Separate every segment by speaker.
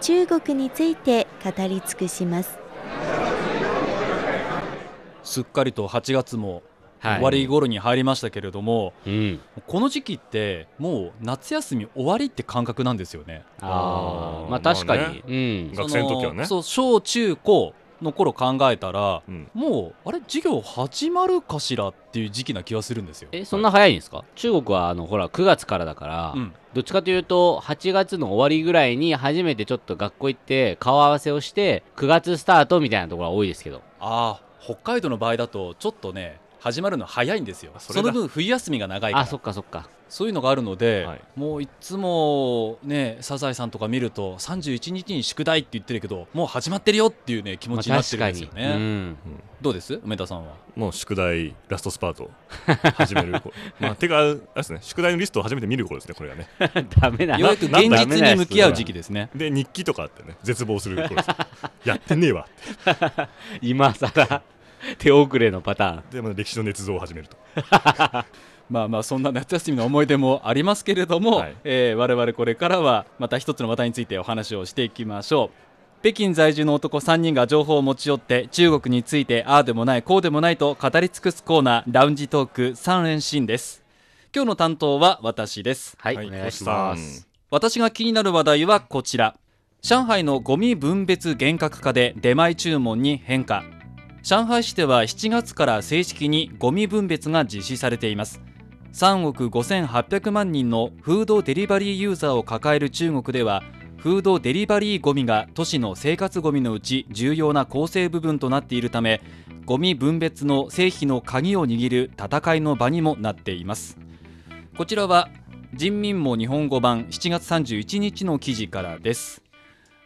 Speaker 1: 中国について語り尽くします。
Speaker 2: すっかりと8月も
Speaker 3: はい、
Speaker 2: 終わり頃に入りましたけれども、
Speaker 3: うん、
Speaker 2: この時期ってもう夏休み終わりって感覚なんですよね
Speaker 3: あ
Speaker 4: あー
Speaker 3: あまあ確かに、
Speaker 4: まあね
Speaker 3: うん
Speaker 4: 学生の時はね
Speaker 2: そのそう小中高の頃考えたら、
Speaker 4: うん
Speaker 2: もうあれ授業始まるかしらっていう時期な気がするんですよ
Speaker 3: えそんな早いんですか中国はあのほら9月からだから、
Speaker 2: うん
Speaker 3: どっちかというと8月の終わりぐらいに初めてちょっと学校行って顔合わせをして9月スタートみたいなところが多いですけど
Speaker 2: ああ北海道の場合だとちょっとね始まるの早いんですよそ
Speaker 4: それだ
Speaker 2: の分冬休みが長いから
Speaker 3: あそっかそっか
Speaker 2: そういうのがあるので、
Speaker 4: はい
Speaker 2: もういつもねサザエさんとか見ると31日に宿題って言ってるけどもう始まってるよっていうね気持
Speaker 3: まあ
Speaker 2: ちになっ
Speaker 3: 確
Speaker 2: てる
Speaker 3: か
Speaker 2: んです
Speaker 3: に
Speaker 2: よ、ね、
Speaker 3: うん、
Speaker 2: どうです梅田さんは
Speaker 4: もう宿題ラストスパート始める頃 まあてかあれですね宿題のリストを初めて見る頃ですねこれがね
Speaker 3: ダメな
Speaker 2: ようやく現
Speaker 3: ダメ
Speaker 2: 実
Speaker 3: な
Speaker 2: に
Speaker 3: やつ
Speaker 2: 向き合う時期ですね
Speaker 4: で日記とかあってね絶望する頃ですやってねえわっ
Speaker 3: 今さら手遅れのパターン
Speaker 4: てで、まあ、歴史の捏造を始めると
Speaker 2: まあまあそんな夏休みの思い出もありますけれども、
Speaker 4: はい
Speaker 2: えー我々これからはまた一つの話題についてお話をしていきましょう北京在住の男3人が情報を持ち寄って中国についてああでもないこうでもないと語り尽くすコーナーラウンジトーク3連進です今日の担当は私です
Speaker 3: はい、
Speaker 4: はい
Speaker 3: お願いしま
Speaker 4: 星
Speaker 3: す
Speaker 4: さ
Speaker 2: 私が気になる話題はこちら上海のゴミ分別厳格化で出前注文に変化上海市では7月から正式にゴミ分別が実施されています3億5800万人のフードデリバリーユーザーを抱える中国ではフードデリバリーゴミが都市の生活ゴミのうち重要な構成部分となっているためゴミ分別の成否の鍵を握る戦いの場にもなっていますこちらは人民網日本語版7月31日の記事からです。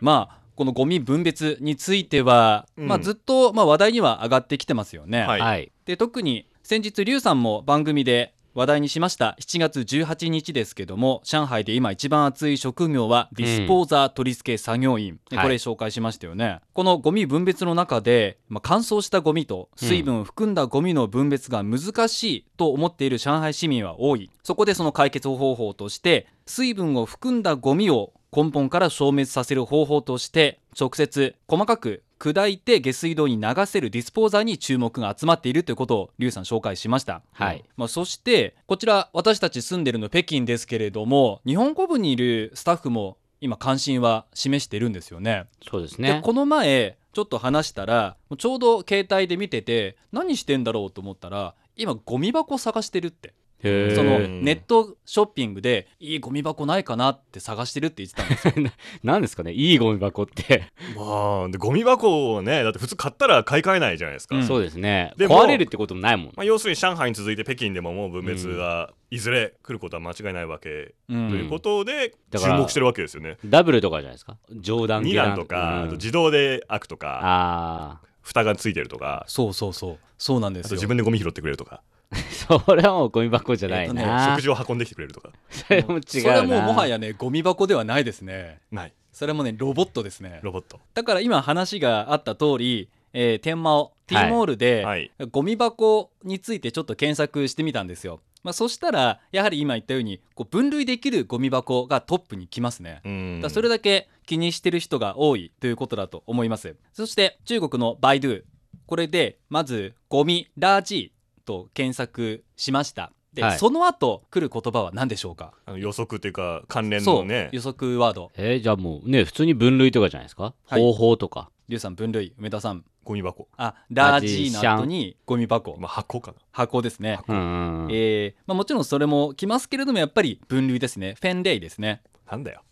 Speaker 2: まあこのゴミ分別については、
Speaker 4: うん
Speaker 2: まあずっとまあ話題には上がってきてますよね。
Speaker 4: はい
Speaker 3: はい
Speaker 2: で特に先日劉さんも番組で話題にしました7月18日ですけども上海で今一番熱い職業はディスポーザー取り付け作業員、で
Speaker 3: はい
Speaker 2: これ紹介しましたよね、このゴミ分別の中で、まあ、乾燥したゴミと水分を含んだゴミの分別が難しいと思っている上海市民は多いそこでその解決方法として水分を含んだゴミを根本から消滅させる方法として直接細かく砕いて下水道に流せるディスポーザーに注目が集まっているということを劉さん紹介しました、
Speaker 3: はい
Speaker 2: まあ、そしてこちら私たち住んでるの北京ですけれども日本語部にいるスタッフも今関心は示しているんですよね
Speaker 3: そうです
Speaker 2: で
Speaker 3: ね
Speaker 2: この前ちょっと話したらちょうど携帯で見てて何してんだろうと思ったら今ゴミ箱探してるって
Speaker 3: へー
Speaker 2: その
Speaker 4: うん
Speaker 2: ネットショッピングでいいゴミ箱ないかなって探してるって言ってたんですよ
Speaker 3: 何ですかねいいゴミ箱って、
Speaker 4: まあでゴミ箱をねだって普通買ったら買い替えないじゃないですか、
Speaker 2: うん
Speaker 3: そうですね
Speaker 4: でも
Speaker 3: 壊れるってこともないもん、
Speaker 4: まあ、要するに上海に続いて北京でももう分別がいずれ来ることは間違いないわけ
Speaker 2: う
Speaker 4: とい
Speaker 2: ん
Speaker 4: うことで
Speaker 3: だ
Speaker 4: 注
Speaker 3: から
Speaker 4: 目してるわけですよね。
Speaker 3: ダブルとかじゃないですか上段
Speaker 4: 2
Speaker 3: 下段
Speaker 4: 段とか、
Speaker 3: うん
Speaker 4: あと自動で開くとか
Speaker 3: あ
Speaker 4: 蓋がついてるとか
Speaker 2: そうそうそうそうなんで
Speaker 4: あ
Speaker 2: す
Speaker 4: と
Speaker 2: よ
Speaker 4: 自分でゴミ拾ってくれるとか
Speaker 3: あそれはもうゴミ箱じゃないな、
Speaker 4: 食事を運んできてくれるとか
Speaker 3: それも違うな
Speaker 2: それはもうもはやねゴミ箱ではないですね
Speaker 4: ない
Speaker 2: それはもうねロボットですね
Speaker 4: ロボット。
Speaker 2: だから今話があった通り、えー、天満 T
Speaker 3: はい
Speaker 2: モールで、
Speaker 4: はい
Speaker 2: ゴミ箱についてちょっと検索してみたんですよ、まあ、そしたらやはり今言ったようにこう分類できるゴミ箱がトップに来ますね
Speaker 4: うん
Speaker 2: だからそれだけ気にしてる人が多いということだと思いますそして中国のバイドゥこれでまずゴミラージと検索しましたで、
Speaker 3: はい
Speaker 2: その後来る言葉は何でしょうか
Speaker 4: あの予測っていうか関連
Speaker 2: そ
Speaker 4: の
Speaker 2: う
Speaker 4: ね
Speaker 2: 予測ワード
Speaker 3: えーじゃあもうね普通に分類とかじゃないですか、
Speaker 2: はい
Speaker 3: 方法とか
Speaker 2: リュウさん分類梅田さん
Speaker 4: ゴミ箱、
Speaker 2: あラージーの後にゴミ箱
Speaker 4: まあ、箱かな
Speaker 2: 箱ですね
Speaker 3: うんうんうん
Speaker 2: えーまあ、もちろんそれも来ますけれどもやっぱり分類ですねフェンレイですね
Speaker 4: なんだよ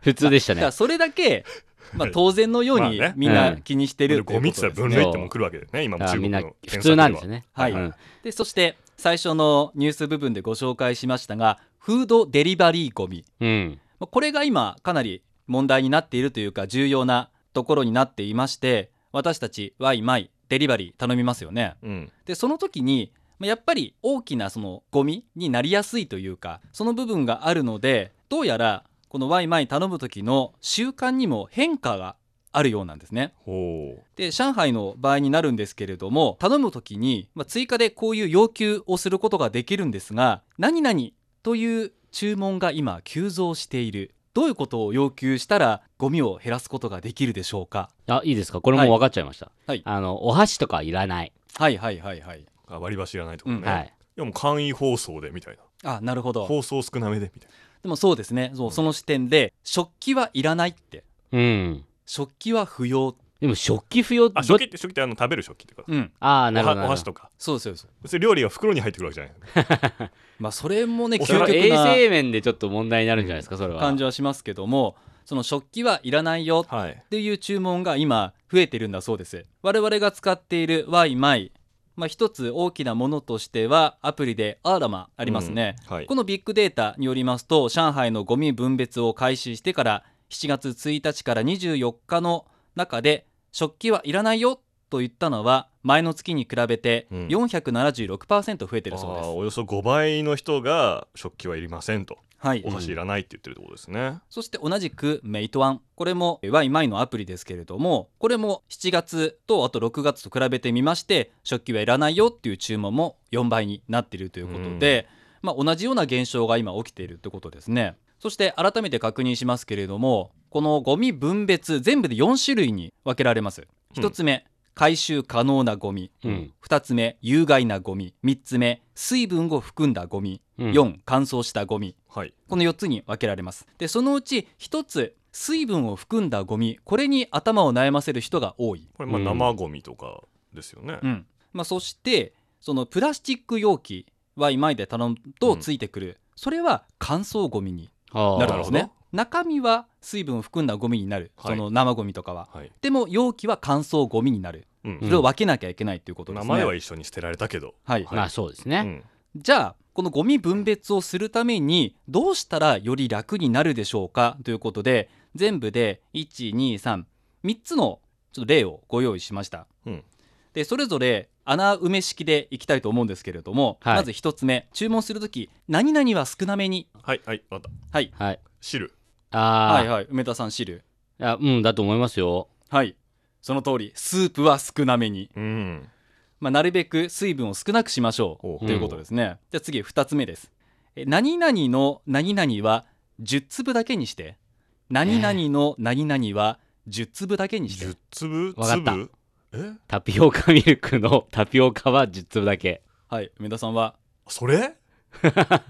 Speaker 3: 普通でした
Speaker 2: だか
Speaker 3: ね
Speaker 2: らそれだけ、まあ
Speaker 4: はい、
Speaker 2: 当然のよう に
Speaker 4: まあね
Speaker 2: みんな
Speaker 3: うん
Speaker 2: 気にしてるってい
Speaker 4: ゴ
Speaker 2: うこ
Speaker 4: ミっ
Speaker 2: と
Speaker 4: て言
Speaker 2: で
Speaker 4: った
Speaker 2: す
Speaker 4: ら分
Speaker 2: ね
Speaker 4: 類ってもう来るわけだよね今も
Speaker 3: あ
Speaker 4: 中
Speaker 3: ーみ
Speaker 4: 国
Speaker 3: ん
Speaker 4: の
Speaker 3: な
Speaker 4: 検
Speaker 3: 普
Speaker 4: 索
Speaker 3: 通なんです
Speaker 4: は
Speaker 3: ね
Speaker 2: はい
Speaker 3: うん
Speaker 2: でそして最初のニュース部分でご紹介しましたがフードデリバリーゴミ
Speaker 3: うん
Speaker 2: まあこれが今かなり問題になっているというか重要なところになっていまして私たちワイマイデリバリー頼みますよね
Speaker 4: うん
Speaker 2: でその時にまあやっぱり大きなそのゴミになりやすいというかその部分があるのでどうやらこのワイマイ頼む時の習慣にも変化があるようなんですね
Speaker 4: ほ
Speaker 2: で上海の場合になるんですけれども頼む時に、まあ、追加でこういう要求をすることができるんですが何々という注文が今急増しているどういうことを要求したらゴミを減らすことができるでしょうか
Speaker 3: あいいですかこれもう分かっちゃいました、
Speaker 2: はい
Speaker 3: あのお箸とかいらない、
Speaker 2: はいはいはいはいう
Speaker 4: あ割り箸いらないとかね、
Speaker 2: うん
Speaker 3: はいい、
Speaker 4: やもう簡易放送でみたい
Speaker 2: あなるほ
Speaker 4: な
Speaker 2: ど
Speaker 4: 放送少なめでみたい
Speaker 2: でもそうですねそううんその視点で食器はいらないって
Speaker 3: うん、
Speaker 2: 食器は不要
Speaker 3: でも食器不要
Speaker 4: なあ
Speaker 3: ど
Speaker 4: 食器って食器ってあの食べる食器ってこと
Speaker 2: うん
Speaker 3: ああな
Speaker 4: お
Speaker 3: るほ
Speaker 4: は
Speaker 3: どなる
Speaker 4: お
Speaker 3: ほ
Speaker 4: 箸
Speaker 3: ど
Speaker 4: とか
Speaker 2: そうですそうです
Speaker 4: 別に料理は袋に入ってくるわけじゃない
Speaker 2: まあそれもね
Speaker 4: お
Speaker 2: 究
Speaker 4: 皿
Speaker 2: 極
Speaker 3: それ衛
Speaker 2: な
Speaker 3: 生面でちょっと問題になるんじゃないですかそれは
Speaker 2: 感じはしますけどもその食器はいらないよ
Speaker 4: はい
Speaker 2: っていう注文が今増えてるんだそうです我々が使っているワイマイまあ、一つ大きなものとしてはアプリでアーラマあ
Speaker 4: あ
Speaker 2: りますね、、
Speaker 4: うんはい
Speaker 2: このビッグデータによりますと上海のゴミ分別を開始してから7月1日から24日の中で食器はいらないよと言ったのは前の月に比べて
Speaker 4: うん
Speaker 2: 476%増えてるそうで
Speaker 4: あ
Speaker 2: す、
Speaker 4: ーおよそ5倍の人が食器はいりませんと
Speaker 2: はい
Speaker 4: お、箸いらないって言ってるところですね、
Speaker 2: そして同じくメイトワンこれもワイマイのアプリですけれどもこれも7月とあと6月と比べてみまして食器はいらないよっていう注文も4倍になっているということで、まあ、同じような現象が今起きているということですねそして改めて確認しますけれどもこのゴミ分別全部で4種類に分けられます
Speaker 4: うん
Speaker 2: 1つ目、回収可能なゴミ、
Speaker 3: うん
Speaker 2: 2つ目有害なゴミ3つ目水分を含んだゴミ、
Speaker 3: うん
Speaker 2: 4乾燥したゴミ
Speaker 4: はい
Speaker 2: この4つに分けられますでそのうち1つ水分を含んだゴミこれに頭を悩ませる人が多い、
Speaker 4: これまあ
Speaker 3: うん
Speaker 4: 生ゴミとかですよね、
Speaker 2: うんまあ、そしてそのプラスチック容器は今まで頼むと
Speaker 4: うん
Speaker 2: ついてくる、それは乾燥ゴミに
Speaker 3: あー
Speaker 2: なるんです
Speaker 4: なる
Speaker 2: ね中身は水分を含んだゴミになる、
Speaker 4: はい
Speaker 2: その生ゴミとかは
Speaker 4: はい、
Speaker 2: でも容器は乾燥ゴミになる
Speaker 4: う
Speaker 2: そ
Speaker 4: ん
Speaker 2: れを分けなきゃいけないということで
Speaker 4: 名
Speaker 2: すね、
Speaker 4: 前は一緒に捨てられたけど、
Speaker 2: はい、
Speaker 3: まあそうです
Speaker 4: う
Speaker 3: ね、
Speaker 4: ん、
Speaker 2: じゃあこのゴミ分別をするためにどうしたらより楽になるでしょうかということで全部で1233つのちょっと例をご用意しました、
Speaker 4: うん
Speaker 2: でそれぞれ穴埋め式でいきたいと思うんですけれども、
Speaker 3: はい
Speaker 2: まず1つ目注文するとき何々は少なめに
Speaker 4: はいはいわかった
Speaker 2: はい
Speaker 3: はい
Speaker 4: 汁
Speaker 3: あ
Speaker 2: はい
Speaker 3: ー
Speaker 2: はい梅田さん汁
Speaker 3: あうんだと思いますよ
Speaker 2: はいその通りスープは少なめに、
Speaker 4: うん
Speaker 2: まあ、なるべく水分を少なくしましょう
Speaker 4: お
Speaker 2: ということですね、じゃあ次2つ目ですえ何々の何々は10粒だけにして何々の何々は10粒だけにして、
Speaker 4: 10粒
Speaker 3: わかった
Speaker 4: 粒え
Speaker 3: タピオカミルクの タピオカは10粒だけ
Speaker 2: はい梅田さんは
Speaker 4: そ れ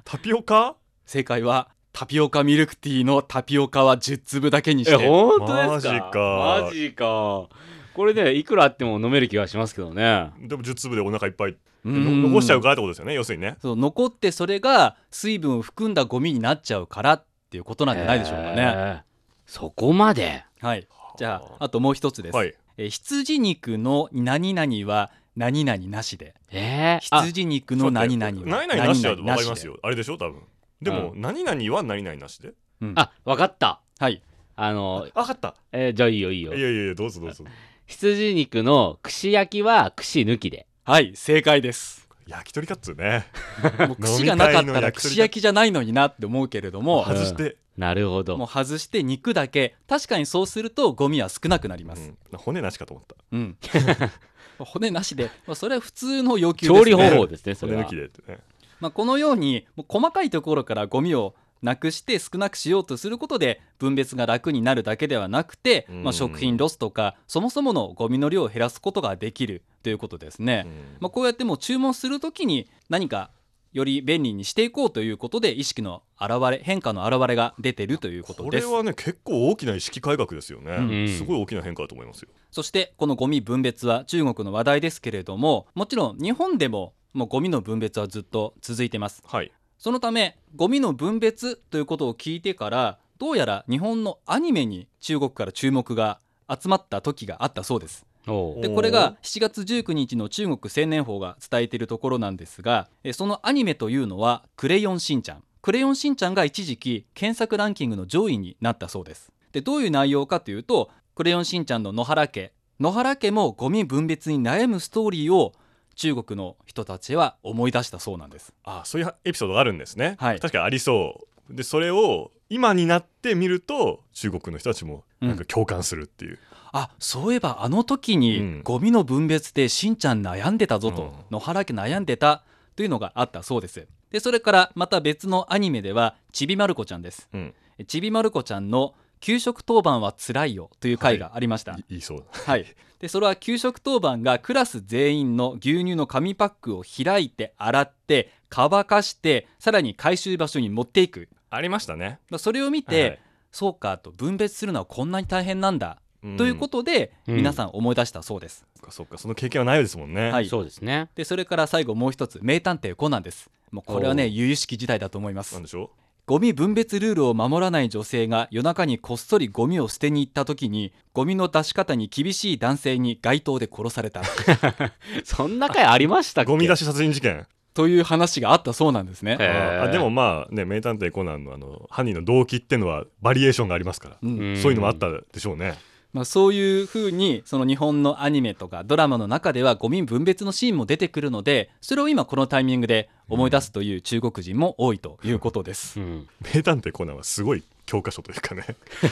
Speaker 4: タピオカ
Speaker 2: 正解はタピオカミルクティーのタピオカは10粒だけにして
Speaker 3: 本
Speaker 4: マジか
Speaker 3: マジかこれねいくらあっても飲める気がしますけどね
Speaker 4: でも10粒でお腹いっぱいって
Speaker 2: う
Speaker 4: の
Speaker 2: ん
Speaker 4: 残しちゃうからってことですよね要するにね
Speaker 2: そう残ってそれが水分を含んだゴミになっちゃうからっていうことなんじゃないでしょうか
Speaker 3: え
Speaker 2: ね、
Speaker 3: ーそこまで
Speaker 2: はいじゃああともう一つです、
Speaker 4: はい
Speaker 2: えー羊肉の何々は何々なしで
Speaker 3: えー、あ
Speaker 2: 羊肉の何々は
Speaker 4: 何々なしだと分
Speaker 2: 何々
Speaker 4: かりますよあれでしょ多分でも、何々は何々なしで
Speaker 2: うん
Speaker 3: あわかった
Speaker 2: はい
Speaker 3: あの、
Speaker 4: 分かった
Speaker 3: えーじゃあいいよいいよ
Speaker 4: いやいやいやどうぞどうぞ
Speaker 3: 羊肉の串焼きは串抜きで
Speaker 2: はい正解です
Speaker 4: 焼き鳥カッツね
Speaker 2: もう串がなかっ
Speaker 4: 飲み
Speaker 2: た
Speaker 4: 会の
Speaker 2: ら
Speaker 4: 焼き鳥だ
Speaker 2: 串焼きじゃないのになって思うけれども
Speaker 3: うん
Speaker 4: 外して、
Speaker 3: なるほ
Speaker 2: もう
Speaker 3: ど
Speaker 2: 外して肉だけ確かにそうするとゴミは少なくなり
Speaker 4: う
Speaker 2: ます、
Speaker 4: ん骨なしかと思った
Speaker 2: うん 骨なしで、まあ、それは普通の要求です、ね、
Speaker 3: 調理方法ですねそれ
Speaker 4: 骨
Speaker 3: は
Speaker 4: 抜きでってね
Speaker 2: まあ、このようにもう細かいところからゴミをなくして少なくしようとすることで分別が楽になるだけではなくて、
Speaker 4: うん
Speaker 2: まあ、食品ロスとかそもそものゴミの量を減らすことができるということですね、
Speaker 4: うん
Speaker 2: まあ、こうやってもう注文するときに何かより便利にしていこうということで意識の表れ変化の表れが出てるということ
Speaker 4: こ
Speaker 2: で
Speaker 4: れ
Speaker 2: す
Speaker 4: はね結構大きな意識改革ですよね、
Speaker 3: うん
Speaker 4: すごい大きな変化だと思いますよ
Speaker 2: そしてこのゴミ分別は中国の話題ですけれどももちろん日本でももうゴミの分別はずっと続いてます
Speaker 4: はい
Speaker 2: そのためゴミの分別ということを聞いてからどうやら日本のアニメに中国から注目が集まった時があったそうです
Speaker 3: おう
Speaker 2: で
Speaker 4: おー
Speaker 2: これが7月19日の中国青年報が伝えているところなんですがえそのアニメというのは「クレヨンしんちゃん」「クレヨンしんちゃん」が一時期検索ランキングの上位になったそうですでどういう内容かというとクレヨンしんちゃんの野原家野原家もゴミ分別に悩むストーリーを中国の人たちは思い出したそうなんです
Speaker 4: あそういうエピソードがあるんですね、
Speaker 2: はい
Speaker 4: 確かにありそうでそれを今になって見ると中国の人たちもなん
Speaker 2: う
Speaker 4: か共感するっていう、
Speaker 2: あそういえばあの時
Speaker 4: う
Speaker 2: に
Speaker 4: ん
Speaker 2: ゴミの分別でしんちゃん悩んでたぞと、
Speaker 4: うん
Speaker 2: 野原家悩んでたというのがあったそうですでそれからまた別のアニメではちびまる子ちゃんです
Speaker 4: うん
Speaker 2: ちびまる子ちゃんの給食当番はつらいよという回がありました、はい
Speaker 4: い言いそう
Speaker 2: でそれは給食当番がクラス全員の牛乳の紙パックを開いて洗って乾かしてさらに回収場所に持っていく
Speaker 4: ありました ね
Speaker 2: まあそれを見て、
Speaker 4: はいはい
Speaker 2: そうかと分別するのはこんなに大変なんだ
Speaker 4: ん
Speaker 2: ということで、
Speaker 3: うん
Speaker 2: 皆さん思い出したそうです、
Speaker 4: そっかそっかその経験はないですもんね、
Speaker 2: はい
Speaker 3: そうですね。
Speaker 2: でそれから最後もう一つ名探偵コナンですもうこれは
Speaker 3: お
Speaker 2: ね
Speaker 3: う
Speaker 2: 由々しき事態だと思いま
Speaker 4: な
Speaker 2: す
Speaker 4: んでしょ
Speaker 2: ゴミ分別ルールを守らない女性が夜中にこっそりゴミを捨てに行った時にゴミの出し方に厳しい男性に街頭で殺された
Speaker 3: そんな回ありました
Speaker 4: う
Speaker 3: っけ
Speaker 4: ゴミ出し殺人事件
Speaker 2: という話があったそうなんですね、
Speaker 3: へえー
Speaker 4: あでもまあね名探偵コナンのあの犯人の動機ってのはバリエーションがありますから、
Speaker 2: うん
Speaker 4: そういうのもあったでしょうね
Speaker 2: まあ、そういうふうにその日本のアニメとかドラマの中ではゴミ分別のシーンも出てくるのでそれを今このタイミングで思い出すという中国人も多いということです
Speaker 3: う。ん。
Speaker 4: 名探偵コナンはすごい教科書というかね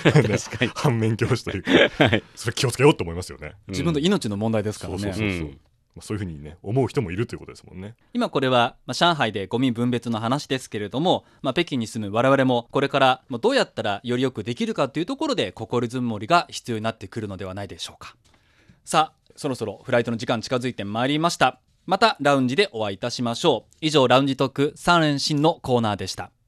Speaker 3: 確 かに
Speaker 4: 反面教師というか
Speaker 3: はい。
Speaker 4: それ気をつけようと思いますよね、
Speaker 2: 自分の命の問題ですからね。
Speaker 4: そうそうそうそう、まあそういうふうにね思う人もいるということですもんね
Speaker 2: 今これは、まあ、上海でゴミ分別の話ですけれども、まあ、北京に住む我々もこれからまあどうやったらよりよくできるかというところで心づもりが必要になってくるのではないでしょうかさあそろそろフライトの時間近づいてまいりましたまたラウンジでお会いいたしましょう以上ラウンジトーク3連新のコーナーでした